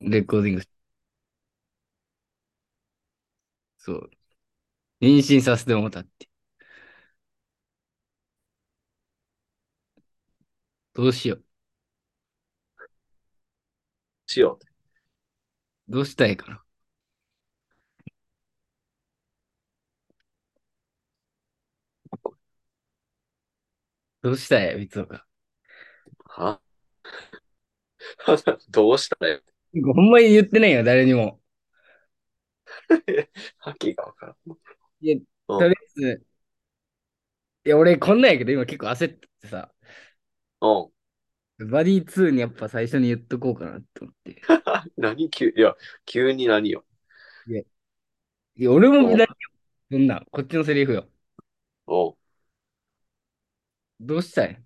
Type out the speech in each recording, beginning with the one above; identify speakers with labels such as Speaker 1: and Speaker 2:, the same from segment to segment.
Speaker 1: レコーディング、そう。妊娠させてもうたって。どうしよう。
Speaker 2: しよう。
Speaker 1: どうしたいかな。どうしたい三岡。
Speaker 2: はどう したらよ。
Speaker 1: ほんまに言ってないよ、誰にも。
Speaker 2: はっきりがわからん。
Speaker 1: いや、
Speaker 2: う
Speaker 1: と
Speaker 2: ん。
Speaker 1: りあえず、いや、俺こんなんやけど、今結構焦っててさ、
Speaker 2: うん。
Speaker 1: バディ2にやっぱ最初に言っとこうかなって思って。
Speaker 2: 何急、いや、急に何よ。
Speaker 1: いや、いや俺も
Speaker 2: お
Speaker 1: 見
Speaker 2: う、
Speaker 1: ないそんなん、こっちのセリフよ。
Speaker 2: おう、
Speaker 1: どうしたい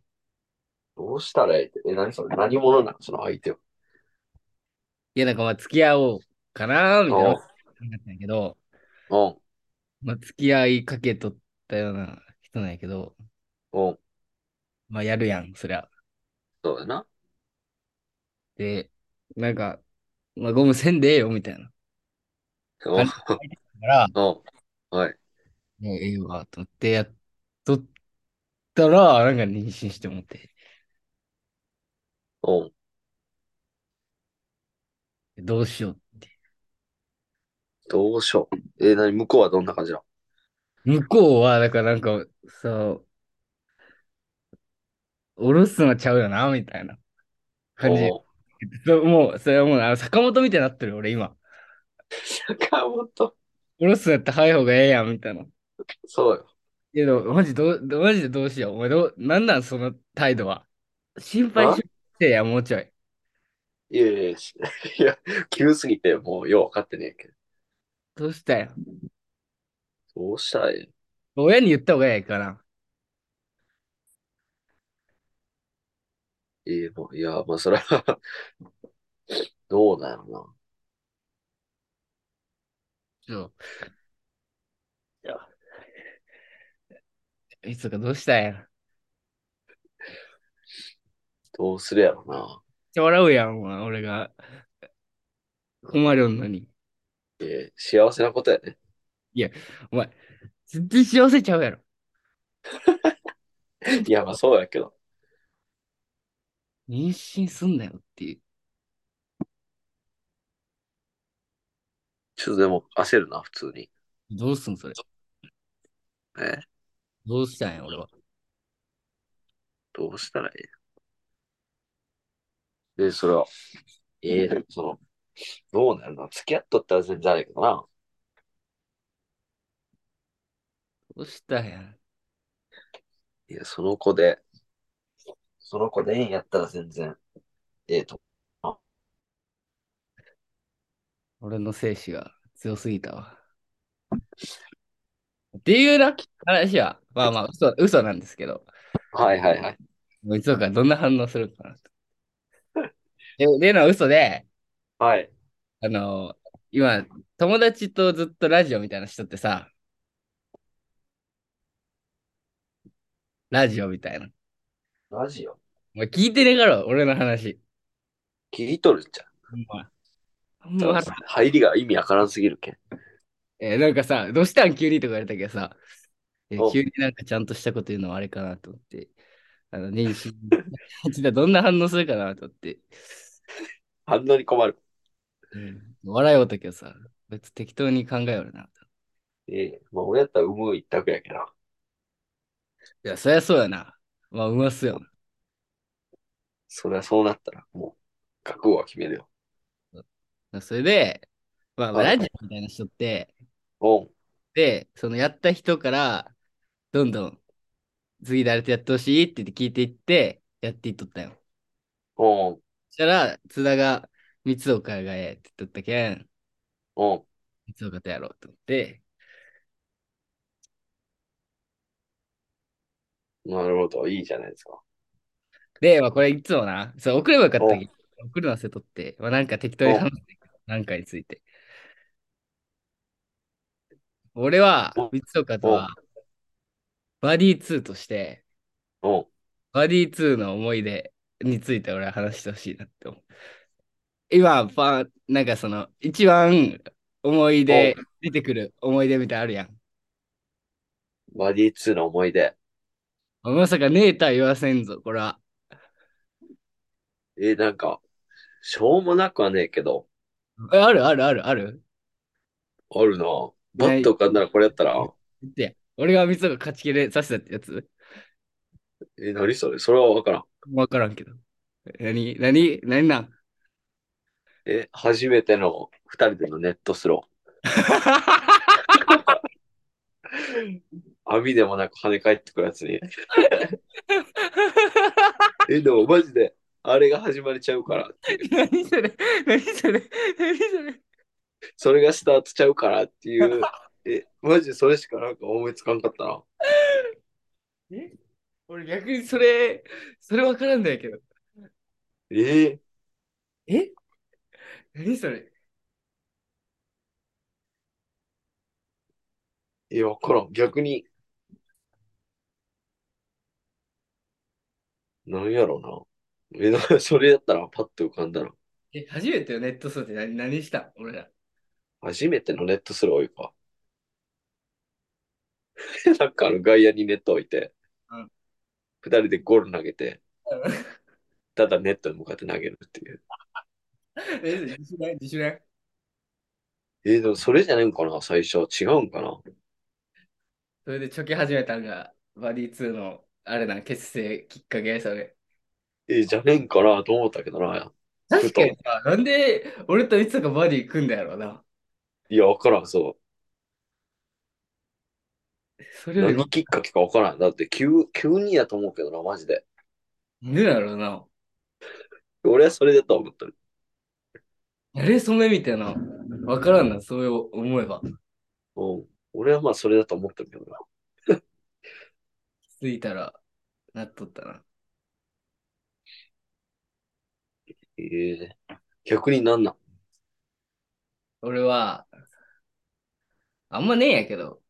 Speaker 2: どうしたらええって。え、何それ何者なのその相手は。
Speaker 1: いや、なんかまあ、付き合おうかなみたいな
Speaker 2: お
Speaker 1: 考
Speaker 2: う、
Speaker 1: えたんやけど、
Speaker 2: おう、
Speaker 1: まあ、付き合いかけとったような人なんやけど、
Speaker 2: おう、
Speaker 1: まあ、やるやん、そりゃ。
Speaker 2: そうだな。
Speaker 1: で、なんか、まあ、ゴムせんでええよ、みたいな
Speaker 2: おう、
Speaker 1: 感じだから、
Speaker 2: おう、はい。
Speaker 1: もうええわ、と思ってやっとったら、なんか妊娠してもって、
Speaker 2: おう、
Speaker 1: どうしようって。
Speaker 2: どうしよう。え、何向こうはどんな感じな
Speaker 1: 向こうは、だからなんか、さ、おろすのちゃうよな、みたいな
Speaker 2: の
Speaker 1: 感じ。
Speaker 2: おう、
Speaker 1: そうもう、それはもう、あの坂本みたいになってる、俺今。
Speaker 2: 坂本。
Speaker 1: おろすのやったら早い方がええやん、みたいな。
Speaker 2: そうよ。
Speaker 1: けど、マジどう、マジでどうしよう。お前どう、なんなん、その態度は。心配
Speaker 2: あ
Speaker 1: ししてや、もうちょい。
Speaker 2: いやいやいや、し いや急すぎてもうよう分かってねえけど。
Speaker 1: どうしたよ。
Speaker 2: どうしたらええ
Speaker 1: 親に言った方がええかな。
Speaker 2: ええもういや、まあそれは どうなのな。
Speaker 1: そう。
Speaker 2: いや、
Speaker 1: いつかどうしたやん。めっ
Speaker 2: どうするやろな。
Speaker 1: ちゃ笑うやん、お前俺が。困るのに。
Speaker 2: ええ幸せなこと やね。
Speaker 1: いや、お前、全然幸せちゃうやろ。
Speaker 2: いや、まあそうやけど。
Speaker 1: 妊娠すんなよっていう。
Speaker 2: ちょっとでも焦るな、普通に。
Speaker 1: どうすんそれ。
Speaker 2: ええ
Speaker 1: どうしたんや、俺は。
Speaker 2: どうしたらええで、それは、ええその、どうなるの付き合っとったら全然あれやけどな。
Speaker 1: どうしたんやん。
Speaker 2: いや、その子で、その子でええんやったら全然、ええと。あ
Speaker 1: 俺の精子が強すぎたわ。っていうな、話は、まあまあ、嘘、嘘なんですけど、
Speaker 2: はいはいはい。
Speaker 1: もういつかどんな反応するかな と。で、での嘘で、
Speaker 2: はい。
Speaker 1: あの今、友達とずっとラジオみたいな人ってさ、ラジオみたいな。
Speaker 2: ラジオ
Speaker 1: お前聞いてねえから、俺の話。
Speaker 2: 聞いとるんじゃん。
Speaker 1: ほんま、ほん
Speaker 2: ち
Speaker 1: ま
Speaker 2: ょっ
Speaker 1: 腹
Speaker 2: と入りが意味わからんすぎるけん。
Speaker 1: えーなんかさ、どうしたん急にとか言われたけどさ、えー
Speaker 2: お、
Speaker 1: 急になんかちゃんとしたこと言うのはあれかなと思って、あの、妊娠、ちょっとどんな反応するかなと思って、
Speaker 2: 反応に困る。
Speaker 1: うん、笑いよったけどさ、別に適当に考えよるなと。
Speaker 2: ええまあ俺やったら産む一択やけど。
Speaker 1: いや、そりゃそうやな。まあ、うますよな。
Speaker 2: そりゃそうなったら、もう、覚悟は決めるよ。
Speaker 1: うんそれで、まあ、まあ
Speaker 2: はい。
Speaker 1: ラジオみたいな人って、
Speaker 2: おん。
Speaker 1: で、そのやった人から、どんどん次誰とやってほしいって言って聞いていって、やっていっとったよ。
Speaker 2: おん。
Speaker 1: そしたら、津田が、三岡がええって言っとったけん、
Speaker 2: おん。
Speaker 1: 三岡とやろうと思って、
Speaker 2: なるほど。いいじゃないですか。
Speaker 1: で、まあ、これいつもな、そう、送ればよかった
Speaker 2: お
Speaker 1: け
Speaker 2: ん。
Speaker 1: ど、送るの忘れとって、まあ、なんか適当に
Speaker 2: おん。
Speaker 1: 話していくなんかについて。俺は、三岡と
Speaker 2: おん。
Speaker 1: は、バディ2として、
Speaker 2: おん。
Speaker 1: バディ2の思い出について俺は話してほしいなって思う。今、パン、なんかその、一番思い出、出てくる思い出みたいなのあるやん。
Speaker 2: バディ2の思い出。
Speaker 1: まさかねえとは言わせんぞ、これは。
Speaker 2: えーなんか、しょうもなくはねえけど、
Speaker 1: えあるあるあるある。
Speaker 2: あるな。バット浮かんだらこれやったら、
Speaker 1: 言ってや俺が水が勝ち切れさせたってやつ
Speaker 2: えー何それそれはわからん。
Speaker 1: わからんけど。何何何なん
Speaker 2: え、初めての二人でのネットスロー。網でもなく跳ね返ってくるやつに。え、でもマジで、あれが始まりちゃうからっていう。
Speaker 1: 何それ何それ何それ
Speaker 2: それがスタートちゃうからっていう。え、マジでそれしかなんか思いつかんかったな。
Speaker 1: 俺逆にそれ、それわからんだけど。
Speaker 2: ええ
Speaker 1: え何それ
Speaker 2: いや、わからん。逆に。なんやろうな。え、なそれやったらパッと浮かんだな。
Speaker 1: え、初めてよ、ネットソーって何何した俺ら。
Speaker 2: 初めてのネットスロー多いか。 なんかあの外野にネット置いて
Speaker 1: うん、
Speaker 2: 二、人でゴール投げて、ただネットに向かって投げるっていう。
Speaker 1: え、自主練自主練
Speaker 2: えーでもそれじゃないんかな最初。違うんかな
Speaker 1: それでチョキ始めたんが、バディ2の、あれな、結成きっかけ、それ。
Speaker 2: えーじゃねえんかなと思ったけどな。
Speaker 1: 確かにさ、なんで俺といつかバディ組んだやろうな。
Speaker 2: いや、わからん、そう。
Speaker 1: それよりも
Speaker 2: 何、きっかけかわからん。だって急、急にやと思うけどな、マジで。
Speaker 1: なんでだろうな。
Speaker 2: 俺はそれだと思った。
Speaker 1: やれそめみたいな、わからんな、そう思えば。
Speaker 2: うん。俺はまあそれだと思ったけどな。
Speaker 1: 気づいたら、なっとったな。
Speaker 2: ええ逆になんなん
Speaker 1: 俺は、あんまねえんやけど、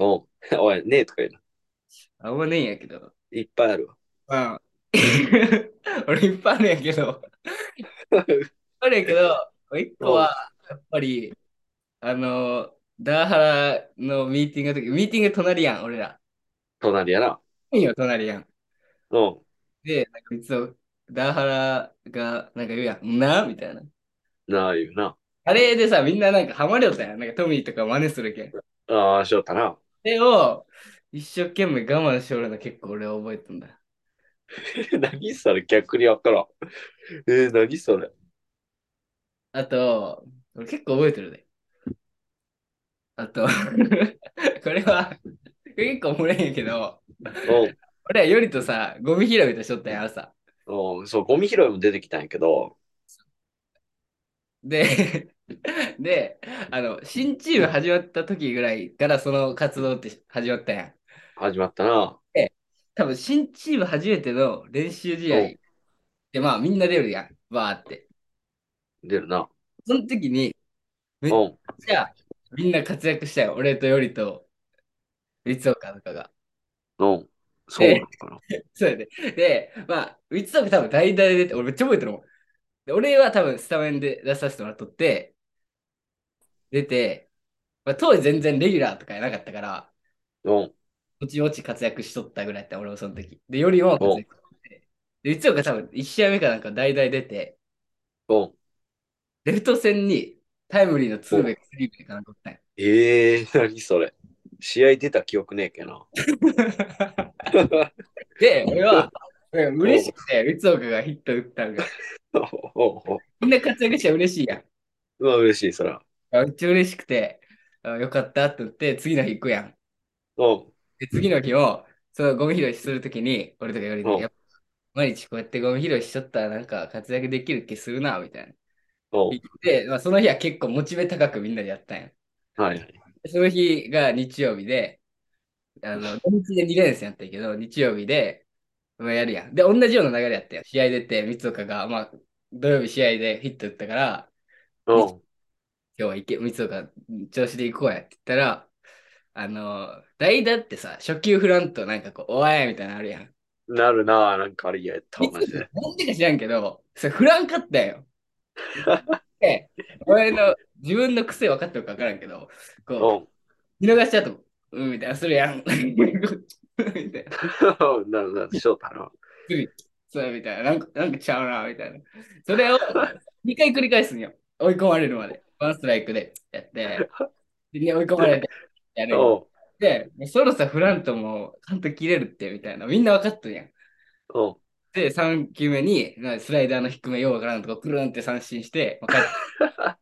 Speaker 2: うん。 おい、ねえとか言うの。
Speaker 1: あんまねえんやけど。
Speaker 2: いっぱいあるわ。
Speaker 1: まあ、 俺いっぱいあるんやけど、あるんやけど、一個は、やっぱり、あの、ダーハラのミーティングの時、ミーティング隣やん、俺ら。
Speaker 2: 隣やな。
Speaker 1: いいよ、隣やん。
Speaker 2: うん。
Speaker 1: で、なんかいつも、ダーハラが、なんか言うやん、なみたいな。
Speaker 2: なあ、言うな。
Speaker 1: あれでさ、みんななんかハマりよったやん。なんかトミーとか真似するけん。そ
Speaker 2: ああ、しよったな。
Speaker 1: れを、一生懸命我慢しおるの結構俺は覚えてんだ。
Speaker 2: 何それ逆にわからん。 えー、何それ
Speaker 1: あと、俺結構覚えてるで。あと、 これは、結構おもれへんけど、俺はよりとさ、ゴミ拾いとしとったやん、朝。
Speaker 2: うん。うん。そう、ゴミ拾いも出てきたんやけど、
Speaker 1: で、 で、あの、新チーム始まった時ぐらいからその活動って始まったやん。
Speaker 2: 始まったな。
Speaker 1: 多分、新チーム初めての練習試合
Speaker 2: うん
Speaker 1: で、まあ、みんな出るやん、バーって。
Speaker 2: 出るな。
Speaker 1: その時に、
Speaker 2: う
Speaker 1: え
Speaker 2: ん。
Speaker 1: じゃあ、みんな活躍したよ。俺とよりと、三岡とかが。
Speaker 2: うん。そうなのかな。
Speaker 1: そうやね。で、まあ、三岡多分代打で出て、俺めっちゃ覚えてるもん。で、俺は多分スタメンで出させてもらっとって、出て、まあ、当時全然レギュラーとかやなかったから、
Speaker 2: うん。
Speaker 1: もちもち活躍しとったぐらいやった、俺もその時。で、よりも活躍して。で、三岡多分1試合目かなんか代打で出て、
Speaker 2: うん。
Speaker 1: レフト線にタイムリーのツーベイク、スリーベイかなんか打ったんよ
Speaker 2: ええー、何それ試合出た記憶ねえけな。
Speaker 1: で、俺は、 うん嬉しくて、三岡がヒット打ったんが。
Speaker 2: おうおう
Speaker 1: みんな活躍したら嬉しいやん。
Speaker 2: まあ嬉しい、そら。
Speaker 1: あめっちゃ嬉しくて、あよかったって言って、次の日行くやん。
Speaker 2: うん。
Speaker 1: で、次の日を、そのゴミ拾いするときに、俺とか言われて、
Speaker 2: うん
Speaker 1: やっぱ毎日こうやってゴミ拾いしちゃったら、なんか活躍できる気するな、みたいな。
Speaker 2: うん
Speaker 1: 言。って、まあ、その日は結構モチベ高くみんなでやったんや。
Speaker 2: はいはい。
Speaker 1: その日が日曜日で、あの、土日で2連戦やったんやけど、日曜日で、まあ、やるやん。で、同じような流れやったよ。試合出て、三岡が、まあ、土曜日試合でヒット打ったから、
Speaker 2: うん。
Speaker 1: 今日はいけ、三岡、調子で行こうやって言ったら、あの、代打ってさ、初級フラントなんかこう、おいみたいなのあるやん。
Speaker 2: なるなぁ、なんかあれやった、マジで。
Speaker 1: なんでか知らんけど、それ振らんかったよ。で俺の自分の癖分かってるか分からんけど、
Speaker 2: う
Speaker 1: こ
Speaker 2: ん。
Speaker 1: う、見逃しちゃうと、うん、みたいな、するやん。みた いな、
Speaker 2: なるなる、翔太郎。
Speaker 1: そう、みたいな、なんか、なんかちゃうな、みたいな。それを2回繰り返すんよ。追い込まれるまで。ワンストライクでやって、でね追い込まれて、やるよ。
Speaker 2: お
Speaker 1: で、もうそろそろフラントも、ちゃんと切れるって、みたいな。みんな分かっとるやん。
Speaker 2: うん。うん。
Speaker 1: で、3球目に、なスライダーの低め、ようわからんとこ、くるんって三振して、まあ帰って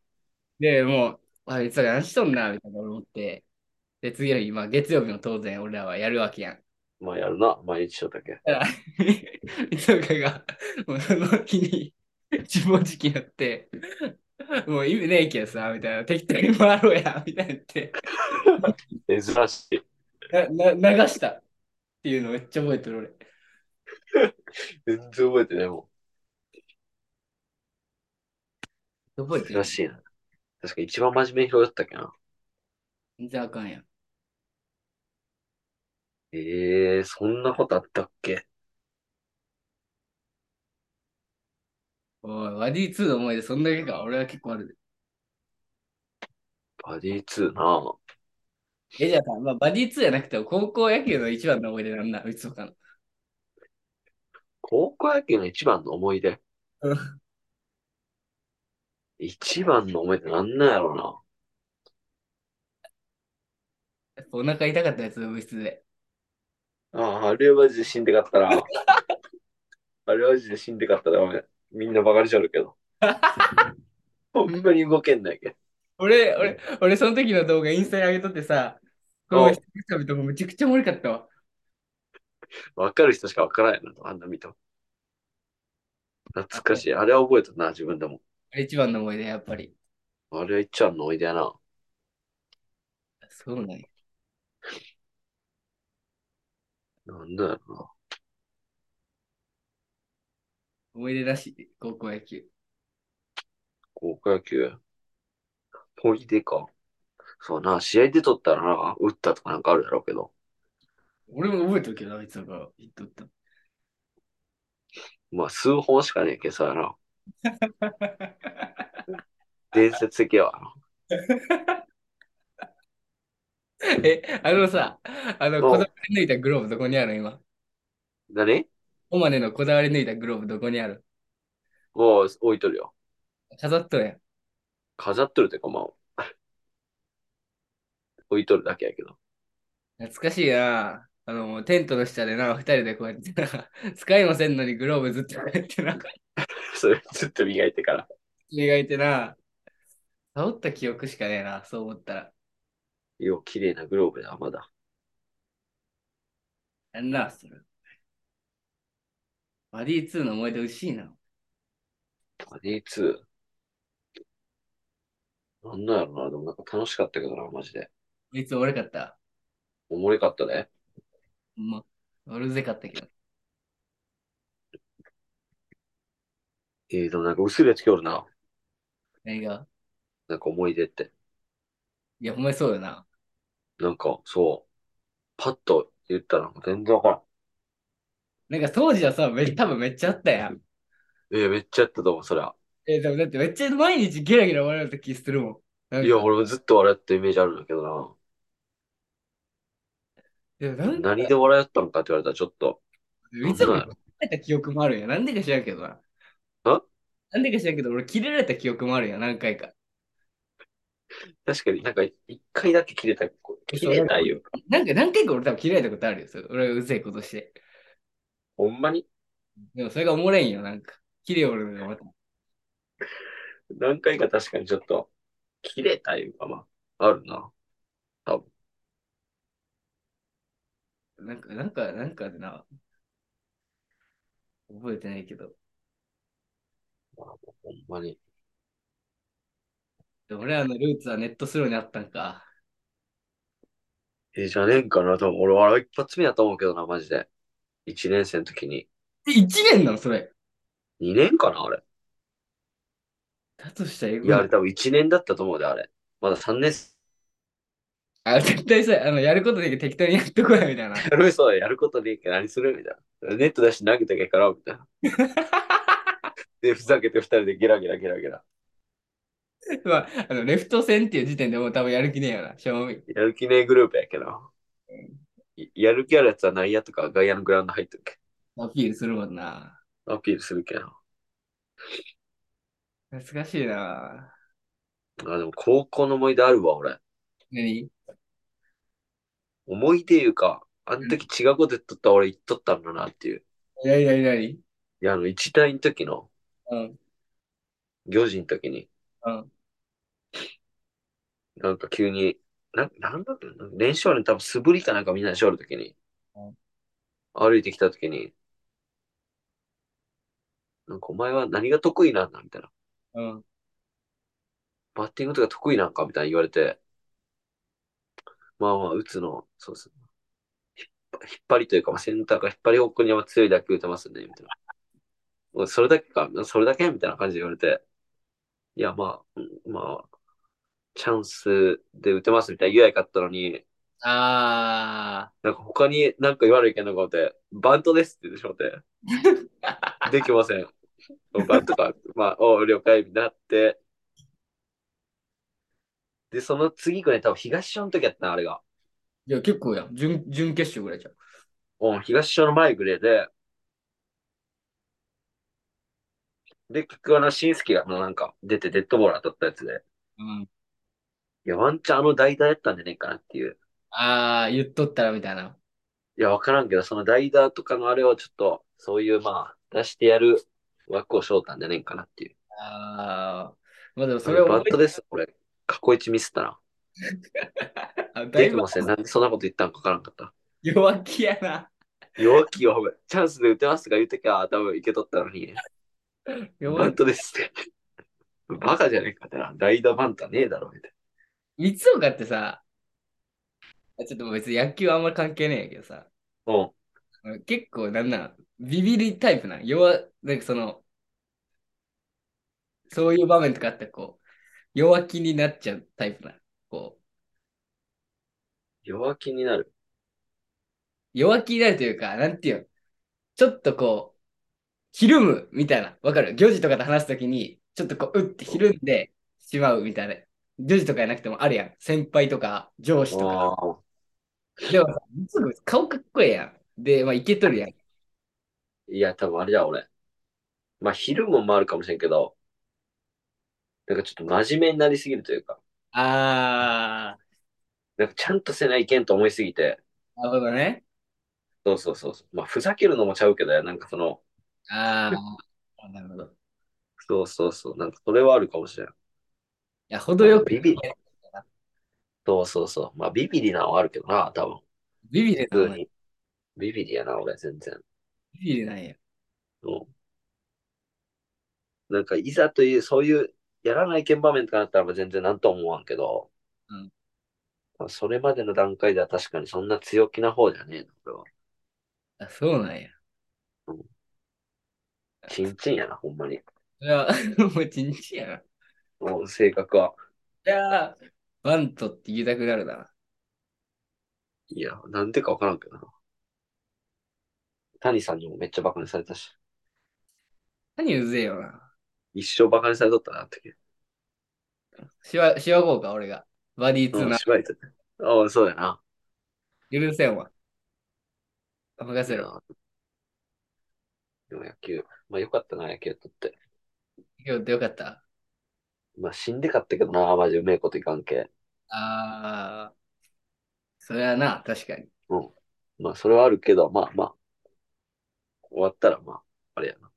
Speaker 1: で、もう、あいつら何しとんな、みたいな俺思って。で、次の日、まあ、月曜日も当然俺らはやるわけやん。
Speaker 2: まあやるな、毎日翔太け。
Speaker 1: 三岡が、もうその日に、自暴自棄やって、もう意味ねえけどさ、みたいな、適当に回ろうや、みたいな言って、
Speaker 2: 珍しい。
Speaker 1: なな流したっていうのめっちゃ覚えてる俺。
Speaker 2: 全然覚えてないも
Speaker 1: 覚え
Speaker 2: ん。
Speaker 1: てる
Speaker 2: 珍しいな。確か一番真面目に拾ったっけな。
Speaker 1: 全然あかんやん。
Speaker 2: ええー、そんなことあったっけ
Speaker 1: おい、ワディ2の思い出、そんだけか。俺は結構あるで。
Speaker 2: バディ2な。
Speaker 1: え、じゃあさ、まあ、バディ2じゃなくても、高校野球の一番の思い出なんな、うつかの。
Speaker 2: 高校野球の一番の思い出
Speaker 1: う。
Speaker 2: 一番の思い出なんなんやろうな。
Speaker 1: やっぱお腹痛かったやつの部室で。
Speaker 2: ああ、あれはマジで死んでかったな。 あれはマジで死んでかったな。ごめんみんなバカにしちゃうけど。 ほんまに動けんないけ。
Speaker 1: 俺、俺、俺、その時の動画インスタに上げとってさ、こう、久々見てもめちゃくちゃ盛りかったわ。
Speaker 2: わかる人しかわからんやな、あんな見た。懐かしい。あれは覚えたな、自分でも。
Speaker 1: あれ一番の思い出、やっぱり。
Speaker 2: あれは一番の思い出やな。
Speaker 1: そうなんや。
Speaker 2: なんだよな。
Speaker 1: 思い出らしい、高校野球。
Speaker 2: 高校野球。思い出か。そうな、試合出とったらな、打ったとかなんかあるやろうけど。
Speaker 1: 俺も覚えてるけど、あいつらが言っとった。
Speaker 2: まあ、数本しかねえけどさやな。伝説的やわな。
Speaker 1: え、あのさ、あの、
Speaker 2: ん
Speaker 1: こだわり抜いたグローブどこにある今。
Speaker 2: 何
Speaker 1: オマネのこだわり抜いたグローブどこにある
Speaker 2: もう置いとるよ。
Speaker 1: 飾っとるやん。
Speaker 2: 飾っとるというか、まあ、 置いとるだけやけど。
Speaker 1: 懐かしいな。あの、もうテントの下でな、二人でこうやってな、使いませんのにグローブずっとこうやってな、
Speaker 2: それずっと磨いてから。
Speaker 1: 磨いてな、治った記憶しかねえな、そう思ったら。
Speaker 2: よう、綺麗なグローブだ、まだ。
Speaker 1: やんな、それ。バディ2の思い出欲しいな。
Speaker 2: バディ2。なんなんやろな、でもなんか楽しかったけどな、マジで。
Speaker 1: いつ俺かった。
Speaker 2: おもれかったね。
Speaker 1: ほんま俺ぜかったけど。
Speaker 2: えー、でもなんか薄れつきおるな。
Speaker 1: 何が
Speaker 2: なんか思い出って。
Speaker 1: いや、ほんまにそうよな。
Speaker 2: なんか、そう。パッと言ったら全然わからん。
Speaker 1: なんか当時はさ、め多分めっちゃあったやん。
Speaker 2: えーめっちゃやったと思う、そりゃ。
Speaker 1: えでもだってめっちゃ毎日ゲラゲラ笑うと気するもん。なんか
Speaker 2: いや、俺もずっと笑ったイメージあるんだけどな。
Speaker 1: でもなんか
Speaker 2: 何で笑ったのかって言われたらちょっと、
Speaker 1: いつも切れた記憶もあるんや。なんでか知らんけどな。
Speaker 2: あ
Speaker 1: なんでか知らんけど、俺切れられた記憶もあるんや、何回か。
Speaker 2: 確かになんか一回だけ切れた、切れないよ。
Speaker 1: なんか何回か俺多分切れられたことあるよ。それ俺がうぜえことして。
Speaker 2: ほんまに
Speaker 1: でもそれがおもれんよ、なんか。切れおるのがまた。
Speaker 2: 何回か確かにちょっと、切れたいうか、まあ、あるな。
Speaker 1: なんか、なんか、なんかでな。覚えてないけど。
Speaker 2: ほんまに。
Speaker 1: でも俺らのルーツはネットスローにあったんか。
Speaker 2: えーじゃねえんかな、多分俺は一発目だと思うけどな、マジで。一年生の時に。
Speaker 1: え、1年なのそれ。
Speaker 2: 二年かな、あれ。
Speaker 1: だとしたらえぐ
Speaker 2: い
Speaker 1: いな
Speaker 2: や、あれ多分一年だったと思うで、あれ。まだ三年生。
Speaker 1: あ、 絶対さ、あの、やることだけ適当にやっとこや、みたいな。
Speaker 2: やるそうやることねえけど何するみたいな。ネット出して投げたけから、みたいな。で、ふざけて二人でゲラゲラゲラゲラ。
Speaker 1: まあ、あの、レフト線っていう時点でもう多分やる気ねえよな、正味。
Speaker 2: やる気ねえグループやけど。いやる気あるやつは内野とか外野のグラウンド入ってるけ
Speaker 1: アピールするもんな。
Speaker 2: ん。アピールするけど。
Speaker 1: 懐かしいな。
Speaker 2: あ、でも高校の思い出あるわ、俺。
Speaker 1: 何
Speaker 2: 思い出いうか、あの時違うこと言っとったら俺言っとったんだなっていう。
Speaker 1: 何何何
Speaker 2: いや、あの、一体の時の、
Speaker 1: うん。
Speaker 2: 行事の時に、
Speaker 1: うん。
Speaker 2: なんか急に、な、なんだったの練習ある多分素振りかなんかみんなでしょる時に
Speaker 1: うん、
Speaker 2: 歩いてきた時に、なんかお前は何が得意なんだみたいな。
Speaker 1: うん。
Speaker 2: バッティングとか得意なんかみたいに言われて、まあまあ、打つの、そうですね。引っ張引っ張りというか、まあ、センターが引っ張り方向には強い打球打てますね、みたいな。おいそれだけか、それだけみたいな感じで言われて、いや、まあ、うんまあ、チャンスで打てますみたいな言えばよかったのに、
Speaker 1: あ
Speaker 2: なんか他になんか言われるけんのか思って、バントですって言ってしまって、できません。バントか、まあ、お了解になって、で、その次ぐらい多分東署の時やったな、あれが。
Speaker 1: ー。いや、結構やん。準、準決勝ぐらいじゃん。
Speaker 2: うん、東署の前ぐらいで、で、結局あの、新助があのなんか出てデッドボール当たったやつで、
Speaker 1: うん。
Speaker 2: いや、ワンチャンあの代打やったんじゃねえかなっていう。
Speaker 1: ああ、言っとったらみたいな。
Speaker 2: いや、わからんけど、その代打とかのあれをちょっと、そういう、まあ、出してやる枠をしょうたんじゃねえかなっていう。
Speaker 1: ああ。まあでもそ
Speaker 2: そ
Speaker 1: れ
Speaker 2: れ
Speaker 1: は
Speaker 2: バットです、これ。過去一ミスったな。
Speaker 1: あだ
Speaker 2: で
Speaker 1: い
Speaker 2: き
Speaker 1: ぶ
Speaker 2: ません。なんでそんなこと言ったんかわからんかった。
Speaker 1: 弱気やな。
Speaker 2: 弱気よ、お前チャンスで打てますとか言うときは、多分いけとったのに、バ
Speaker 1: 弱
Speaker 2: ン
Speaker 1: 気。
Speaker 2: トですって。バカじゃねえかってな。代打バンタねえだろ、みたい
Speaker 1: 三岡ってさ、あちょっと別に野球あんま関係ねえんやけどさ、
Speaker 2: な。うん。
Speaker 1: 結構なんなん、ビビりタイプなん。弱、なんかその、そういう場面とかあったらこう、弱気になっちゃうタイプなん。こう、
Speaker 2: 弱気になる。
Speaker 1: 弱気になるというか、なんていうのちょっとこう、ひるむみたいな。わかる行事とかと話すときに、ちょっとこう、うってひるんでしまうみたいな。行事とかじゃなくてもあるやん。先輩とか上司とか。
Speaker 2: ああ。
Speaker 1: でもさ、すぐ顔かっこええやん。で、まあ、いけとるやん。
Speaker 2: いや、多分あれだ、俺。まあ、昼も回るかもしれんけど、なんかちょっと真面目になりすぎるというか、
Speaker 1: あ
Speaker 2: なんかちゃんとせないけんと思いすぎて、
Speaker 1: ー、なるほどね。
Speaker 2: そうそうそうそう。まあ、ふざけるのもちゃうけど、なんかその、
Speaker 1: あー、なるほど。い
Speaker 2: そうそうそう。なんかそれはあるかもしれん。
Speaker 1: や、程よく
Speaker 2: ビビリ。そうそうそう。まあ、ビビリなのはあるけどな、多分。
Speaker 1: ビビり
Speaker 2: 普通に。ビビリやな、俺、全然。
Speaker 1: ビビりなんや。
Speaker 2: うん。なんか、いざという、そういう、やらないけん場面とかだったら全然なんとも思わんけど、
Speaker 1: うん
Speaker 2: まあ、それまでの段階では確かにそんな強気な方じゃねえな、俺は。
Speaker 1: あ、そうなんや。
Speaker 2: ちんちんやな、ほんまに。
Speaker 1: いや、 もうちんちんやな。い
Speaker 2: もう性格は。
Speaker 1: やー、バントって言いたくなるな。
Speaker 2: いや、なんでかわからんけどな。谷さんにもめっちゃバカにされたし、
Speaker 1: 何うぜえよな。
Speaker 2: 一生バカにされとったな、あの時。
Speaker 1: しわ、しわこうか、俺が。バディ
Speaker 2: う
Speaker 1: ツー
Speaker 2: ん、
Speaker 1: な。
Speaker 2: 芝居とね。ああ、そうやな。
Speaker 1: 許せんわ。任せろ。
Speaker 2: でも野球、まあよかったな、野球とって。
Speaker 1: 今日ってよかった。
Speaker 2: まあ死んでかったけどな、マジうめえこといかんけ。
Speaker 1: あー、それはな、確かに。
Speaker 2: まあそれはあるけど、まあまあ、終わったらまあ、あれやな。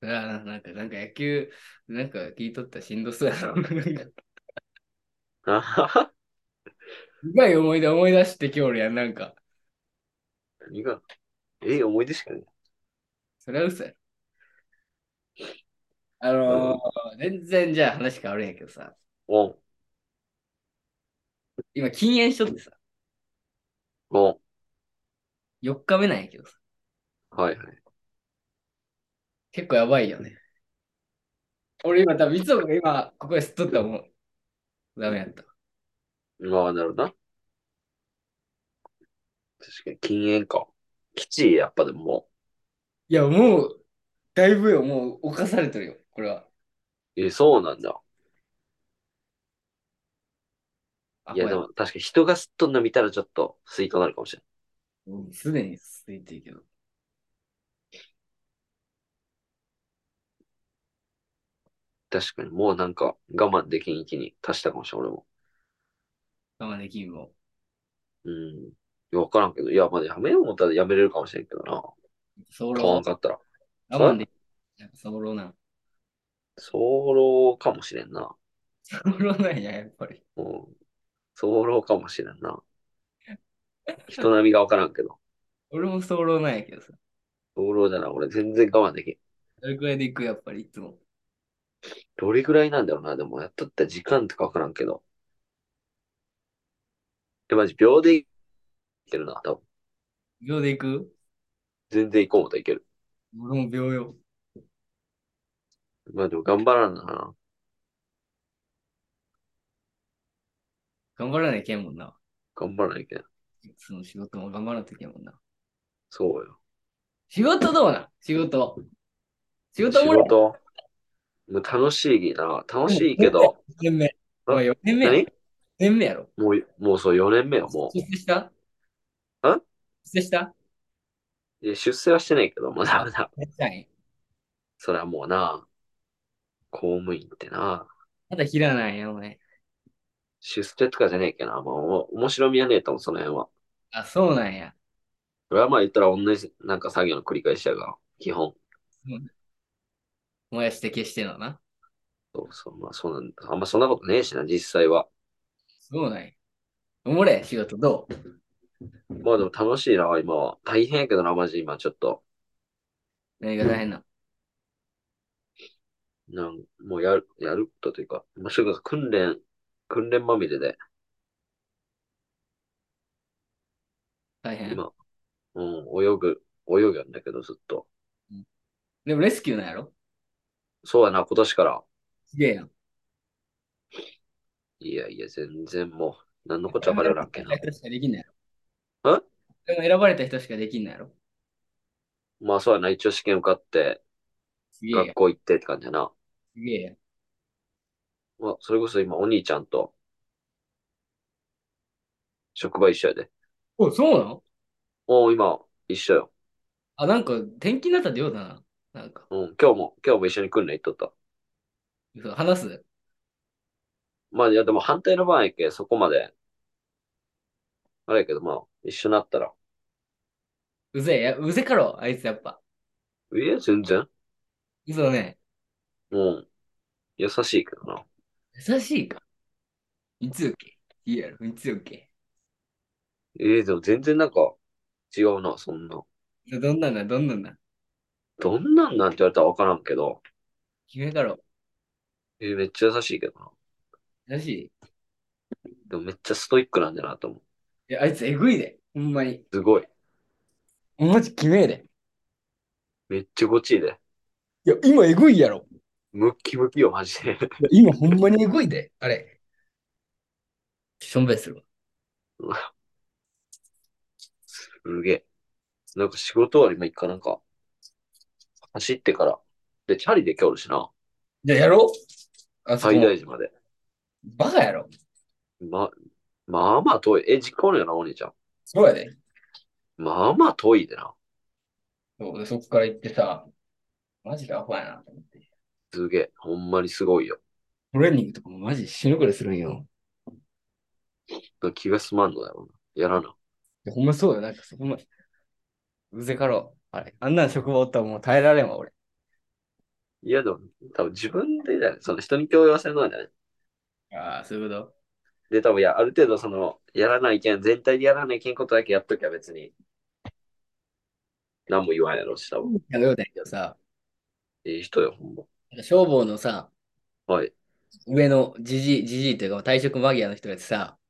Speaker 1: それはな、なんか、なんか野球、なんか聞いとったらしんどそうや な。
Speaker 2: あはは
Speaker 1: 苦い思い出思い出してきおるやん、なんか。
Speaker 2: 何が、ええ思い出しかね
Speaker 1: それは嘘や。あのー全然じゃあ話変わるんやけどさ、
Speaker 2: おん、
Speaker 1: 今禁煙しとってさ、
Speaker 2: おん、
Speaker 1: 4日目なんやけどさ、
Speaker 2: はいはい。
Speaker 1: 結構やばいよね。俺今多分、いつも今、ここで吸っとったらもう、ダメやった。
Speaker 2: まあなるほどな。確かに禁煙か。きちい、やっぱでもも
Speaker 1: いや、もう、だいぶよ、もう、犯されてるよ、これは。
Speaker 2: う。え、そうなんだ。
Speaker 1: ア
Speaker 2: いや、
Speaker 1: ホ
Speaker 2: で
Speaker 1: や
Speaker 2: も確かに人が吸っとんの見たらちょっと吸いとなるかもしれ
Speaker 1: もうすでについてるけど。
Speaker 2: ない。確かに、もうなんか我慢できん域に達したかもしれん、俺も。
Speaker 1: 我慢できんも。
Speaker 2: うん。いや、わからんけど、いや、まあやめようと思ったらやめれるかもしれんけどな。
Speaker 1: 早
Speaker 2: 買わ
Speaker 1: 漏
Speaker 2: ん。かったら。
Speaker 1: 我慢できん。早漏なん。
Speaker 2: 早漏かもしれんな。
Speaker 1: 早漏なんや、やっぱり。
Speaker 2: うん。早漏かもしれんな。人並みがわからんけど。
Speaker 1: 俺も早漏なんやけどさ。
Speaker 2: 早漏じゃない、俺全然我慢できん。
Speaker 1: どれくらいで行く、やっぱり、いつも。
Speaker 2: どれぐらいなんだろうな。でも、やっとった時間とかわからんけど。え、マジ、秒でいけるな、多分。
Speaker 1: 秒で行く
Speaker 2: 全然行こうもといける。
Speaker 1: 俺も秒よ。
Speaker 2: まあでも頑張らんな。
Speaker 1: 頑張らないけんもんな。
Speaker 2: 頑張らないけん。
Speaker 1: その仕事も頑張らなきゃいけんもんな。
Speaker 2: そうよ。
Speaker 1: 仕事どうなん仕事。仕事
Speaker 2: 仕
Speaker 1: おもろい。
Speaker 2: 事。もう楽しいな。楽しいけど。
Speaker 1: 4年目。お前4年目やろ。
Speaker 2: 何
Speaker 1: ?4 年目やろ。
Speaker 2: もう、もうそう、4年目よ、も
Speaker 1: 出世した
Speaker 2: ん
Speaker 1: 出世した
Speaker 2: う。いや出世はしてないけど、まだまだ。
Speaker 1: やったんや
Speaker 2: そりゃもうな。公務員ってな。
Speaker 1: まだ平なんや、お前。
Speaker 2: 出世とかじゃねえけどな。まあ、お面白みはねえと思う、その辺は。
Speaker 1: あ、そうなんや。
Speaker 2: 俺はまあ言ったら同じ、なんか作業の繰り返しやが、基本。
Speaker 1: 燃やして消してのな。
Speaker 2: そうそう、まあそうなんだ。あんまそんなことねえしな、実際は。
Speaker 1: そうなんや。おもれ、仕事どう
Speaker 2: まあでも楽しいな、今は。大変やけどな、マジ今ちょっと。
Speaker 1: 何が大変なの
Speaker 2: なんもうやる、やることというか、まあ、それこそ訓練、訓練まみれで、
Speaker 1: 大変。
Speaker 2: 今、うん、泳ぐ、泳ぐんだけど、ずっと。
Speaker 1: でもレスキューなんやろ
Speaker 2: そうやな、今年から。
Speaker 1: すげえやん。
Speaker 2: いやいや、全然もう、何のこっちゃわかるらん けな。
Speaker 1: 選ばれた人しかできんのやろ。
Speaker 2: ん
Speaker 1: でも選ばれた人しかできんのやろ。
Speaker 2: まあそうやな、一応試験受かって、
Speaker 1: すげえやん。
Speaker 2: 学校行ってって感じやな。
Speaker 1: すげえやん。
Speaker 2: まあ、それこそ今、お兄ちゃんと、職場一緒やで。
Speaker 1: お、そうなの
Speaker 2: おう、今、一緒よ。
Speaker 1: あ、なんか、転勤になったらようだな。なんか、
Speaker 2: うん、今日も、今日も一緒に訓練行っとった。
Speaker 1: 嘘話す
Speaker 2: まあ、いや、でも反対の場合やけ、そこまで。あれやけど、まあ、一緒になったら。
Speaker 1: うぜえや、うぜかろ、あいつやっぱ。
Speaker 2: いや、全然。
Speaker 1: 嘘だね。
Speaker 2: うん。優しいけどな。
Speaker 1: 優しいか。いつよけ。いいやろ、いつよけ。
Speaker 2: ええでも全然なんか、違うな、そんな。
Speaker 1: どんなんだ、どんなんだ。
Speaker 2: どんなんなんて言われたらわからんけど。
Speaker 1: 決めかろ。
Speaker 2: えーめっちゃ優しいけどな。
Speaker 1: 優しい。
Speaker 2: でもめっちゃストイックなんだな、と思う。
Speaker 1: いや、あいつえぐいで。ほんまに。
Speaker 2: すごい。
Speaker 1: マジ決めえで。
Speaker 2: めっちゃごちいで。
Speaker 1: いや、今えぐいやろ。
Speaker 2: ムッキムキよ、マジ
Speaker 1: い
Speaker 2: で。
Speaker 1: や今ほんまにえぐいで。あれ。しょんべいするわ。
Speaker 2: すげえ。なんか仕事終わりも一回なんか、走ってから。で、チャリで今日おるしな。
Speaker 1: じゃあやろうあそこ
Speaker 2: 最大寺まで。
Speaker 1: バカやろ。
Speaker 2: ま、まあまあ遠い。え、実家おるよな、お兄ちゃん。
Speaker 1: そうやで。
Speaker 2: まあまあ遠いでな。
Speaker 1: そうで、そっから行ってさ、マジでアホやなと思って。
Speaker 2: すげえ。ほんまにすごいよ。
Speaker 1: トレーニングとかもマジ死ぬくらいするんよ。
Speaker 2: 気が済まんのだろうな。やらな。
Speaker 1: いやほんまそうよ。なんかそこまで。うぜかろ。あれ。あんなん職場おったらもう耐えられんわ、俺。
Speaker 2: いや、でも、多分自分でだよね。その人に強要せるのはね。
Speaker 1: ああ、そういうこと。
Speaker 2: で、多分、いや、ある程度、その、やらないけん、全体でやらないけんことだけやっときゃ別に、何も言わんやろうし、多分。
Speaker 1: いや、ようだけどさ、
Speaker 2: いい人よ、ほんま。
Speaker 1: 消防のさ、
Speaker 2: はい。
Speaker 1: 上のじじい、じじいというか、退職間際の人がさ、
Speaker 2: うん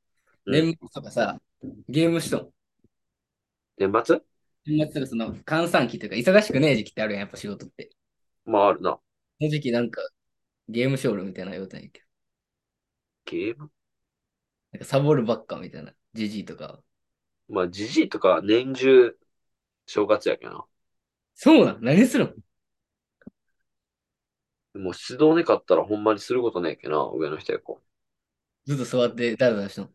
Speaker 1: 年末とかさ、ゲームしとん。
Speaker 2: 年末
Speaker 1: 年末とかその、閑散期というか、忙しくねえ時期ってあるやん、やっぱ仕事って。
Speaker 2: まあ、あるな。
Speaker 1: その時期なんか、ゲームショールみたいなようだけど、
Speaker 2: ゲーム
Speaker 1: なんかサボるばっかみたいな、じじいとか。
Speaker 2: まあ、じじいとか、年中、正月やけど
Speaker 1: そうなん何するの
Speaker 2: な。もう出動ねかったらほんまにすることねえけな、上の人やこ
Speaker 1: ずっと座ってダラダラしたの。
Speaker 2: う。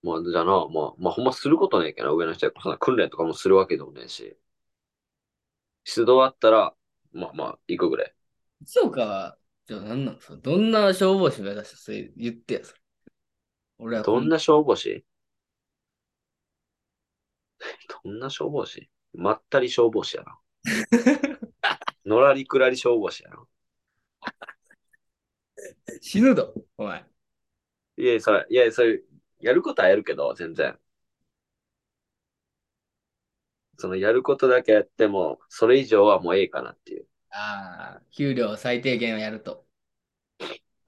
Speaker 2: まあ、じゃあな、まあ、まあほんますることねえけどな、上の人やこう。そんな訓練とかもするわけでもねえし。出動あったら、まあまあ、行くぐらい。
Speaker 1: そうか。じゃあ何なのそれどんな消防士目指してそれ言ってやそれ。俺は
Speaker 2: どんな消防士 どんな消防士まったり消防士やな。のらりくらり消防士やな。
Speaker 1: 死ぬぞ、お前。
Speaker 2: いや、それ、いや、それ、やることはやるけど、全然。その、やることだけやっても、それ以上はもうええかなっていう。
Speaker 1: ああ、給料最低限をやると。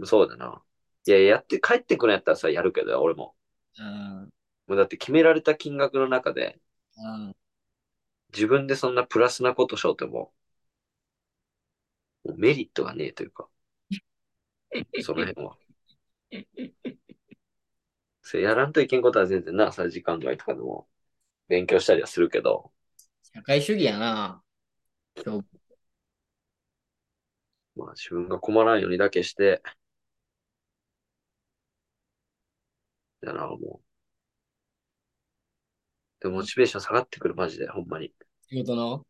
Speaker 2: そうだな。いや、やって、帰ってくるんやったらさ、やるけど、俺も。
Speaker 1: うん。
Speaker 2: もうだって決められた金額の中で、
Speaker 1: うん。
Speaker 2: 自分でそんなプラスなことしようとも、もうメリットがねえというか、その辺は。それやらんといけんことは全然な、さ、時間外とかでも、勉強したりはするけど、
Speaker 1: 社会主義やな。そう
Speaker 2: まあ自分が困らんようにだけして、だな、もう。で、モチベーション下がってくる、マジで、ほんまに。
Speaker 1: 仕事の。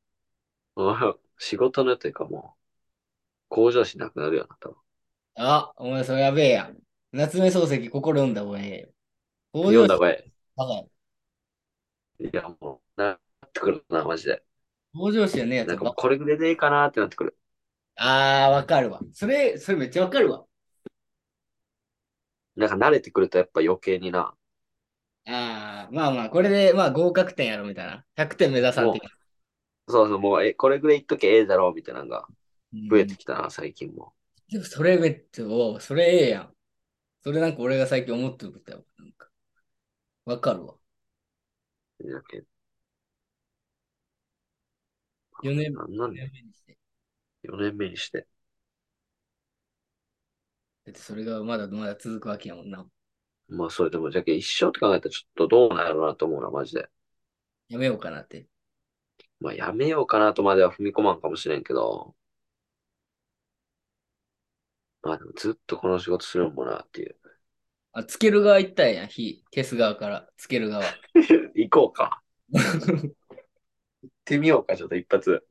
Speaker 2: うん仕事のというかもう、向上心なくなるよな、多分。
Speaker 1: あ、お前それやべえやん。夏目漱石心読んだ方がええよ。こうい
Speaker 2: 読
Speaker 1: うん
Speaker 2: だ
Speaker 1: バ
Speaker 2: 方が
Speaker 1: カ
Speaker 2: え
Speaker 1: や。
Speaker 2: え。いや、もう、なってくるな、マジで。
Speaker 1: 向上心やねえやつ
Speaker 2: なん
Speaker 1: は
Speaker 2: かも
Speaker 1: バ
Speaker 2: うこれぐらいでいいかなってなってくる。
Speaker 1: カああ、わかるわ。それ、それめっちゃわかるわ。
Speaker 2: なんか慣れてくるとやっぱ余計にな。
Speaker 1: ああ、まあまあ、これで、まあ合格点やろみたいな。100点目指さんって。
Speaker 2: そうそう、もう、え、これぐらいいっとけええだろうみたいなのが増えてきたな、最近も。
Speaker 1: でもそれめっちゃ、おうそれええやん。それなんか俺が最近思ってることやわ。なんか。わかるわ。
Speaker 2: なんか
Speaker 1: 4年
Speaker 2: なんなん
Speaker 1: 目
Speaker 2: で
Speaker 1: にして。
Speaker 2: 4年目にして。
Speaker 1: だってそれがまだまだ続くわけやもんな。
Speaker 2: まあ、それでも、じゃけ一生って考えたらちょっとどうなるなと思うな、マジで。
Speaker 1: やめようかなって。
Speaker 2: まあ、やめようかなとまでは踏み込まんかもしれんけど。まあ、でもずっとこの仕事するんもなっていう。
Speaker 1: あ、つける側行ったんや、火。消す側から、つける側。
Speaker 2: 行こうか。行ってみようか、ちょっと一発。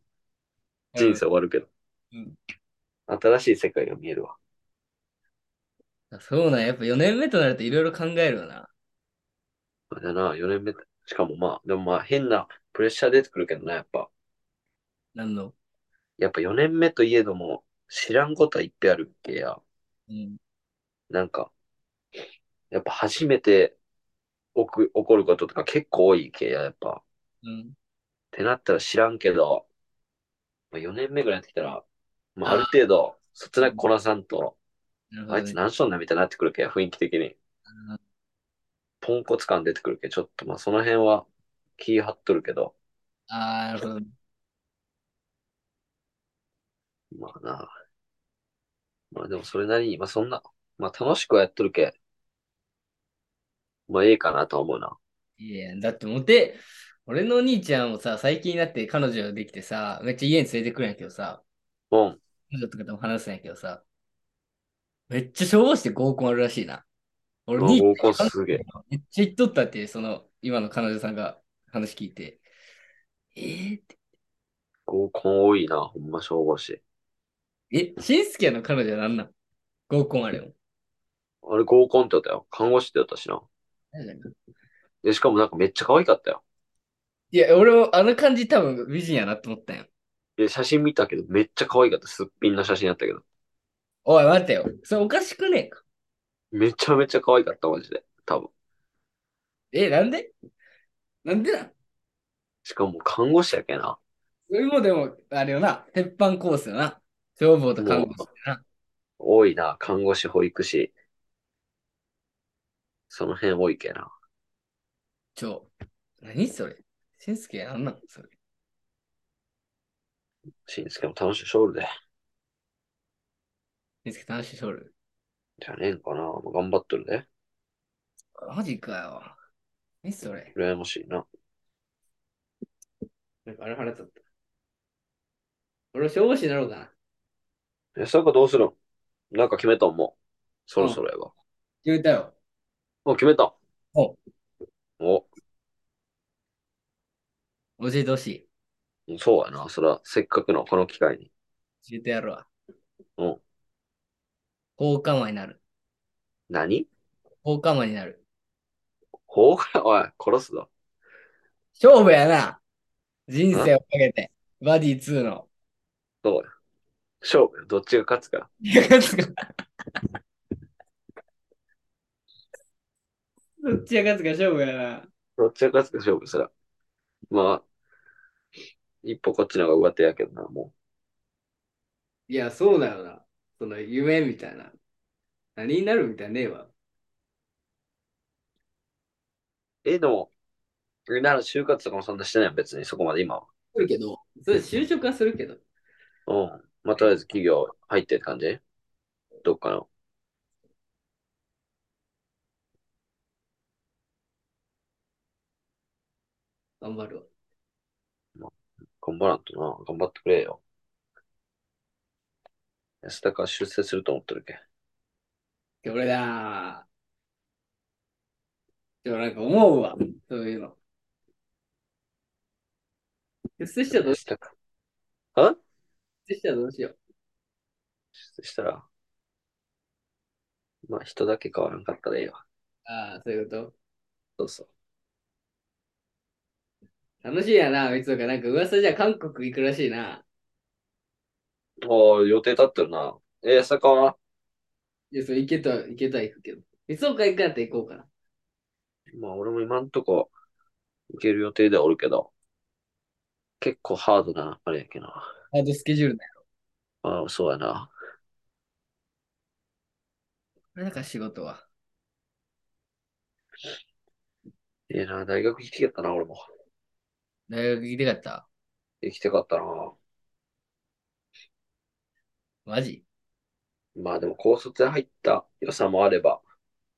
Speaker 2: 人生終わるけど。
Speaker 1: うん
Speaker 2: 新しい世界が見える
Speaker 1: う
Speaker 2: わ。
Speaker 1: んそうなんや、やっぱ4年目となるといろいろ考えるよな。
Speaker 2: まあだな、4年目。しかもまあ、でもまあ変なプレッシャー出てくるけどな、やっぱ。
Speaker 1: なんの。
Speaker 2: やっぱ4年目といえども、知らんことはいっぺいあるっけや。
Speaker 1: うん。
Speaker 2: なんか、やっぱ初めて起く、起こることとか結構多いけや、やっぱ。
Speaker 1: うん。
Speaker 2: ってなったら知らんけど、まあ、4年目ぐらいになってきたら、まあ
Speaker 1: あ
Speaker 2: ある程度、そつなくこなさんと、
Speaker 1: なるほ
Speaker 2: あ
Speaker 1: ど
Speaker 2: いつ
Speaker 1: ね。
Speaker 2: 何しとんだみたいになってくるけや、雰囲気的に。ポンコツ感出てくるけ、ちょっとまあその辺は気張っとるけど、
Speaker 1: ああ、なるほどね。
Speaker 2: まあな。まあでもそれなりに、まあそんな、まあ楽しくはやっとるけ、まあええかなとは思うな。
Speaker 1: いや、だってモテ、俺のお兄ちゃんもさ、最近になって彼女ができてさ、めっちゃ家に連れてくるんやけどさ、
Speaker 2: うん。
Speaker 1: 彼女とかとも話すんやけどさ、めっちゃ消防士って合コンあるらしいな。俺、
Speaker 2: うわ
Speaker 1: 兄ちゃん
Speaker 2: 合コンすげえ。
Speaker 1: めっちゃ言っとったって、その、今の彼女さんが話聞いて。えーって、
Speaker 2: 合コン多いな、ほんま消防士。
Speaker 1: え、しんすけの彼女は何なん合コンあれも。
Speaker 2: あれ合コンって言ったよ。看護師って言ったしな。で、しかもなんかめっちゃ可愛かったよ。
Speaker 1: いや、俺もあの感じ多分美人やなって思ったんよ。
Speaker 2: で、写真見たけど、めっちゃ可愛かった。すっぴんな写真やったけど。
Speaker 1: おい、待てよ。それおかしくねえか。
Speaker 2: めちゃめちゃ可愛かった、マジで。多分。
Speaker 1: え、なんでなんでなん
Speaker 2: しかも看護師やけな。
Speaker 1: それもでも、あれよな、鉄板コースよな。消防と看護師よな。
Speaker 2: 多いな。看護師、保育士。その辺多いけな。
Speaker 1: ちょ、何それしんすけなんなんそれ。
Speaker 2: しんすけも楽しい勝負で。
Speaker 1: しんすけ楽しいしょる。
Speaker 2: じゃねえんかな。まあ頑張っとるで。
Speaker 1: マジかよ。何それ
Speaker 2: 羨ましいな。
Speaker 1: なんかあれ腹立った。俺は消防士になろうかな。
Speaker 2: え、そこどうするんなんか決めたんもう。そろそろやば。
Speaker 1: 言うたよ。
Speaker 2: もう決めたん
Speaker 1: お
Speaker 2: お、
Speaker 1: 教えてほしい。
Speaker 2: そうやな。そら、せっかくのこの機会に。
Speaker 1: 教えてやるわ。
Speaker 2: うん。
Speaker 1: 放火魔になる。
Speaker 2: 何
Speaker 1: 放火魔になる。
Speaker 2: 放火、 おい、殺すぞ。
Speaker 1: 勝負やな。人生をかけて。バディ2の。
Speaker 2: 勝負よどっちが勝つか。
Speaker 1: いや勝つか。どっちが勝つか勝負やな。
Speaker 2: どっちが勝つか勝負、そら。まあ、一歩こっちの方が上手やけどな、も
Speaker 1: いや、そうだよな。その夢みたいな。何になるみたいなねえわ。
Speaker 2: う。え、でも、えなら就活とかもそんなしてないやん別にそこまで今は。
Speaker 1: するけど。それ就職はするけど。
Speaker 2: うん。まあ、とりあえず企業入ってって感じどっかの。
Speaker 1: 頑張るわ。
Speaker 2: 頑張らんとな。頑張ってくれよ。安田から出世すると思ってるけ。
Speaker 1: 今日俺だー。でもなんか思うわ。そういうの。出世したらどうし
Speaker 2: 安田か。
Speaker 1: 出世したらどうしよう。
Speaker 2: 出世したら、まあ、人だけ変わらんかったらええわ。
Speaker 1: ああ、そういうこと。
Speaker 2: そうそう。
Speaker 1: 楽しいやな、いつとか。なんか噂じゃ韓国行くらしいな。
Speaker 2: おお、予定立ってるな。えー、安田か
Speaker 1: いや、そう、行けた、行けたら行くけど。いつとか行くなって行こうかな。
Speaker 2: まあ、俺も今んとこ、行ける予定ではおるけど、結構ハードな、あれやけな。
Speaker 1: あとスケジュールね。
Speaker 2: ああ、そうやな。
Speaker 1: なんか仕事は。
Speaker 2: ええな、大学行きたかったな、俺も。
Speaker 1: 大学行きたかった
Speaker 2: 行きたかったな。
Speaker 1: マジ
Speaker 2: まあでも高卒で入った良さもあれば、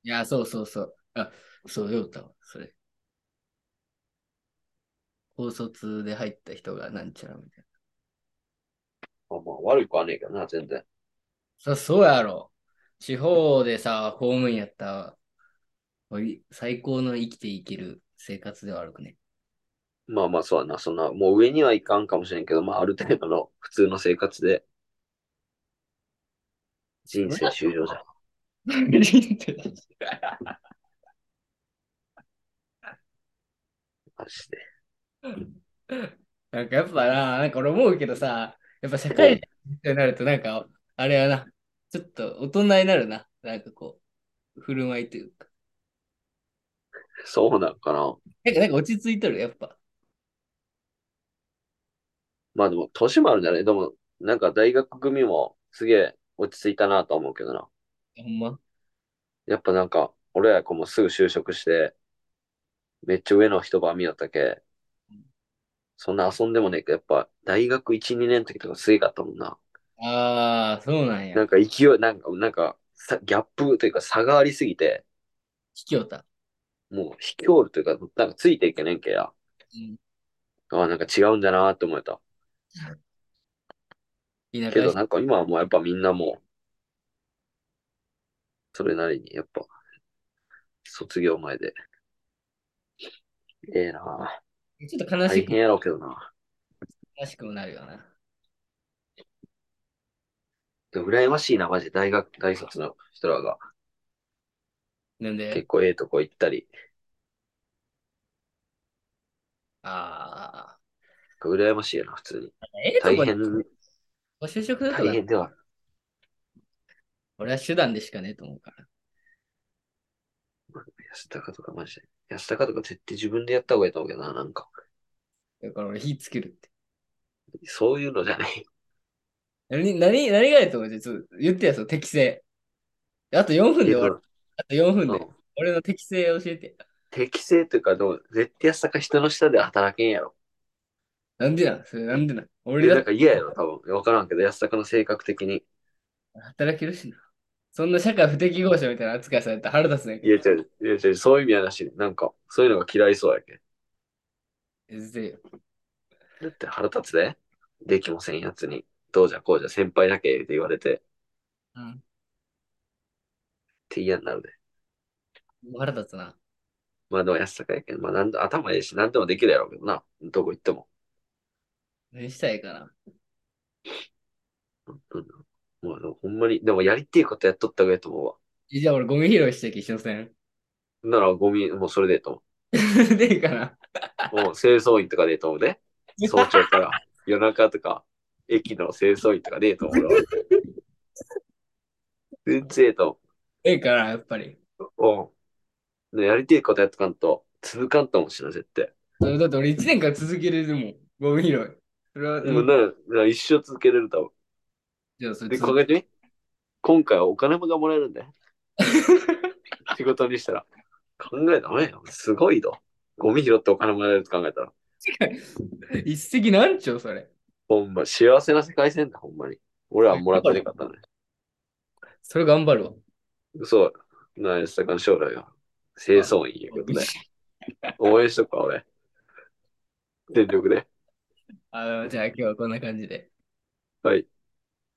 Speaker 1: いや、そうそうそう。あ、そうよ、たわ、それ。高卒で入った人がなんちゃらみたいな。
Speaker 2: まあ、まあ悪くはねえけどな、全然。
Speaker 1: そ、そうやろ。地方でさ、公務員やったらおい最高の生きていける生活ではあるくね。
Speaker 2: まあまあそうやな、そんな、もう上にはいかんかもしれんけど、まあある程度の普通の生活で人生終了じゃん。マジで。
Speaker 1: なんかやっぱな、なんか俺思うけどさ、やっぱ社会人になるとなんか、あれやな、ちょっと大人になるな。なんかこう、振る舞いというか。
Speaker 2: そうなのかな。
Speaker 1: なんかなんか落ち着いとる、やっぱ。
Speaker 2: まあでも、年もあるんじゃないでも、なんか大学組もすげえ落ち着いたなとは思うけどな。
Speaker 1: ほんま。
Speaker 2: やっぱなんか、俺らや子もすぐ就職して、めっちゃ上の人ば見よったけ
Speaker 1: うん。
Speaker 2: そんな遊んでもねえけど、やっぱ大学1、2年の時とかすげえかったもんな。
Speaker 1: ああ、そうなんや。
Speaker 2: なんか勢い、なんか、なんか、さギャップというか差がありすぎて、
Speaker 1: 卑怯だ。
Speaker 2: もう卑怯というか、なんかついていけねんけや。
Speaker 1: うん。
Speaker 2: ああ、なんか違うんだなって思えた。
Speaker 1: 田舎
Speaker 2: け
Speaker 1: や
Speaker 2: ど
Speaker 1: し
Speaker 2: なんか今はもうやっぱみんなもう、それなりにやっぱ、卒業前で。ええな
Speaker 1: ちょっと悲
Speaker 2: 大
Speaker 1: しく、
Speaker 2: 変やろうけどな。
Speaker 1: 悲しくもなるよな。
Speaker 2: でも羨ましいな、マジで。大学、大卒の人らが
Speaker 1: なんで
Speaker 2: 結、構ええとこ行ったり。
Speaker 1: ああ、
Speaker 2: 羨ましいよな、普通に。
Speaker 1: ええ
Speaker 2: 大
Speaker 1: とこ
Speaker 2: 変、
Speaker 1: ご就職だと
Speaker 2: 大
Speaker 1: か、
Speaker 2: 変ではある。
Speaker 1: 俺は手段でしかねえと思うから。
Speaker 2: 安高とかマジで。安高とか絶対自分でやった方がいいと思うけどな、なんか。
Speaker 1: だから俺火つけるって。
Speaker 2: そういうのじゃない。
Speaker 1: 何、何、何がやと思うちょっと言ってや、その適性。あと4分で終わる。あと4分
Speaker 2: う
Speaker 1: で。
Speaker 2: ん
Speaker 1: 俺の適性教えて。
Speaker 2: 適正というか、でも、絶対安坂人の下で働けんやろ。
Speaker 1: なんでなんそれなんでなん俺
Speaker 2: え、
Speaker 1: だ
Speaker 2: な
Speaker 1: っ
Speaker 2: ん
Speaker 1: て
Speaker 2: か嫌やろ、多分。わからんけど、安坂の性格的に。
Speaker 1: 働けるしな。そんな社会不適合者みたいな扱いされたら腹立つねんけ
Speaker 2: いや、違う、いや、違う、そういう意味やなし、なんか、そういうのが嫌いそうやけん。
Speaker 1: ど。うぜえよ
Speaker 2: だって腹立つで。できませんやつに、どうじゃこうじゃ先輩だけって言われて、っ
Speaker 1: うん。
Speaker 2: て嫌になるで。
Speaker 1: 腹立つな。
Speaker 2: まあでも安坂やけん。まあなんだ頭ええし、なんでもできるやろうけどな。どこ行っても。
Speaker 1: 何したいかな。
Speaker 2: うん。もうでもほんまに、でもやりっていうことやっとった方がいいと思うわ。
Speaker 1: えじゃあ俺ゴミ拾いしてき、一緒せん。
Speaker 2: ならゴミ、もうそれでいいと思 う。
Speaker 1: でいいかな。
Speaker 2: もう清掃員とかでええと思うね。早朝から夜中とか、駅の清掃員とかでええと思うわ。全然ええと
Speaker 1: ええかな、やっぱり。
Speaker 2: 思う。うん。でやりてえことやっとかんと、続かんともしな、絶対。
Speaker 1: そうだって俺1年間続けれるもん。ゴミ拾い。それは、
Speaker 2: もうななら一生続けれると思。
Speaker 1: じゃあそうれ
Speaker 2: で、
Speaker 1: 続
Speaker 2: 考
Speaker 1: け
Speaker 2: えてみ。今回はお金もがもらえるんだ よ。仕事にしたら。考えたらね、すごいぞ。ゴミ拾ってお金もらえると考えたら。
Speaker 1: 一石何鳥それ。
Speaker 2: ほんま、幸せな世界線だ、ほんまに。俺はもらってなかったね。
Speaker 1: それ頑張るわ。
Speaker 2: そう。なやつだかの将来は。清掃員やけ どね。応援しとくわ、俺。全力で。
Speaker 1: あのじゃあ今日はこんな感じで。
Speaker 2: はい。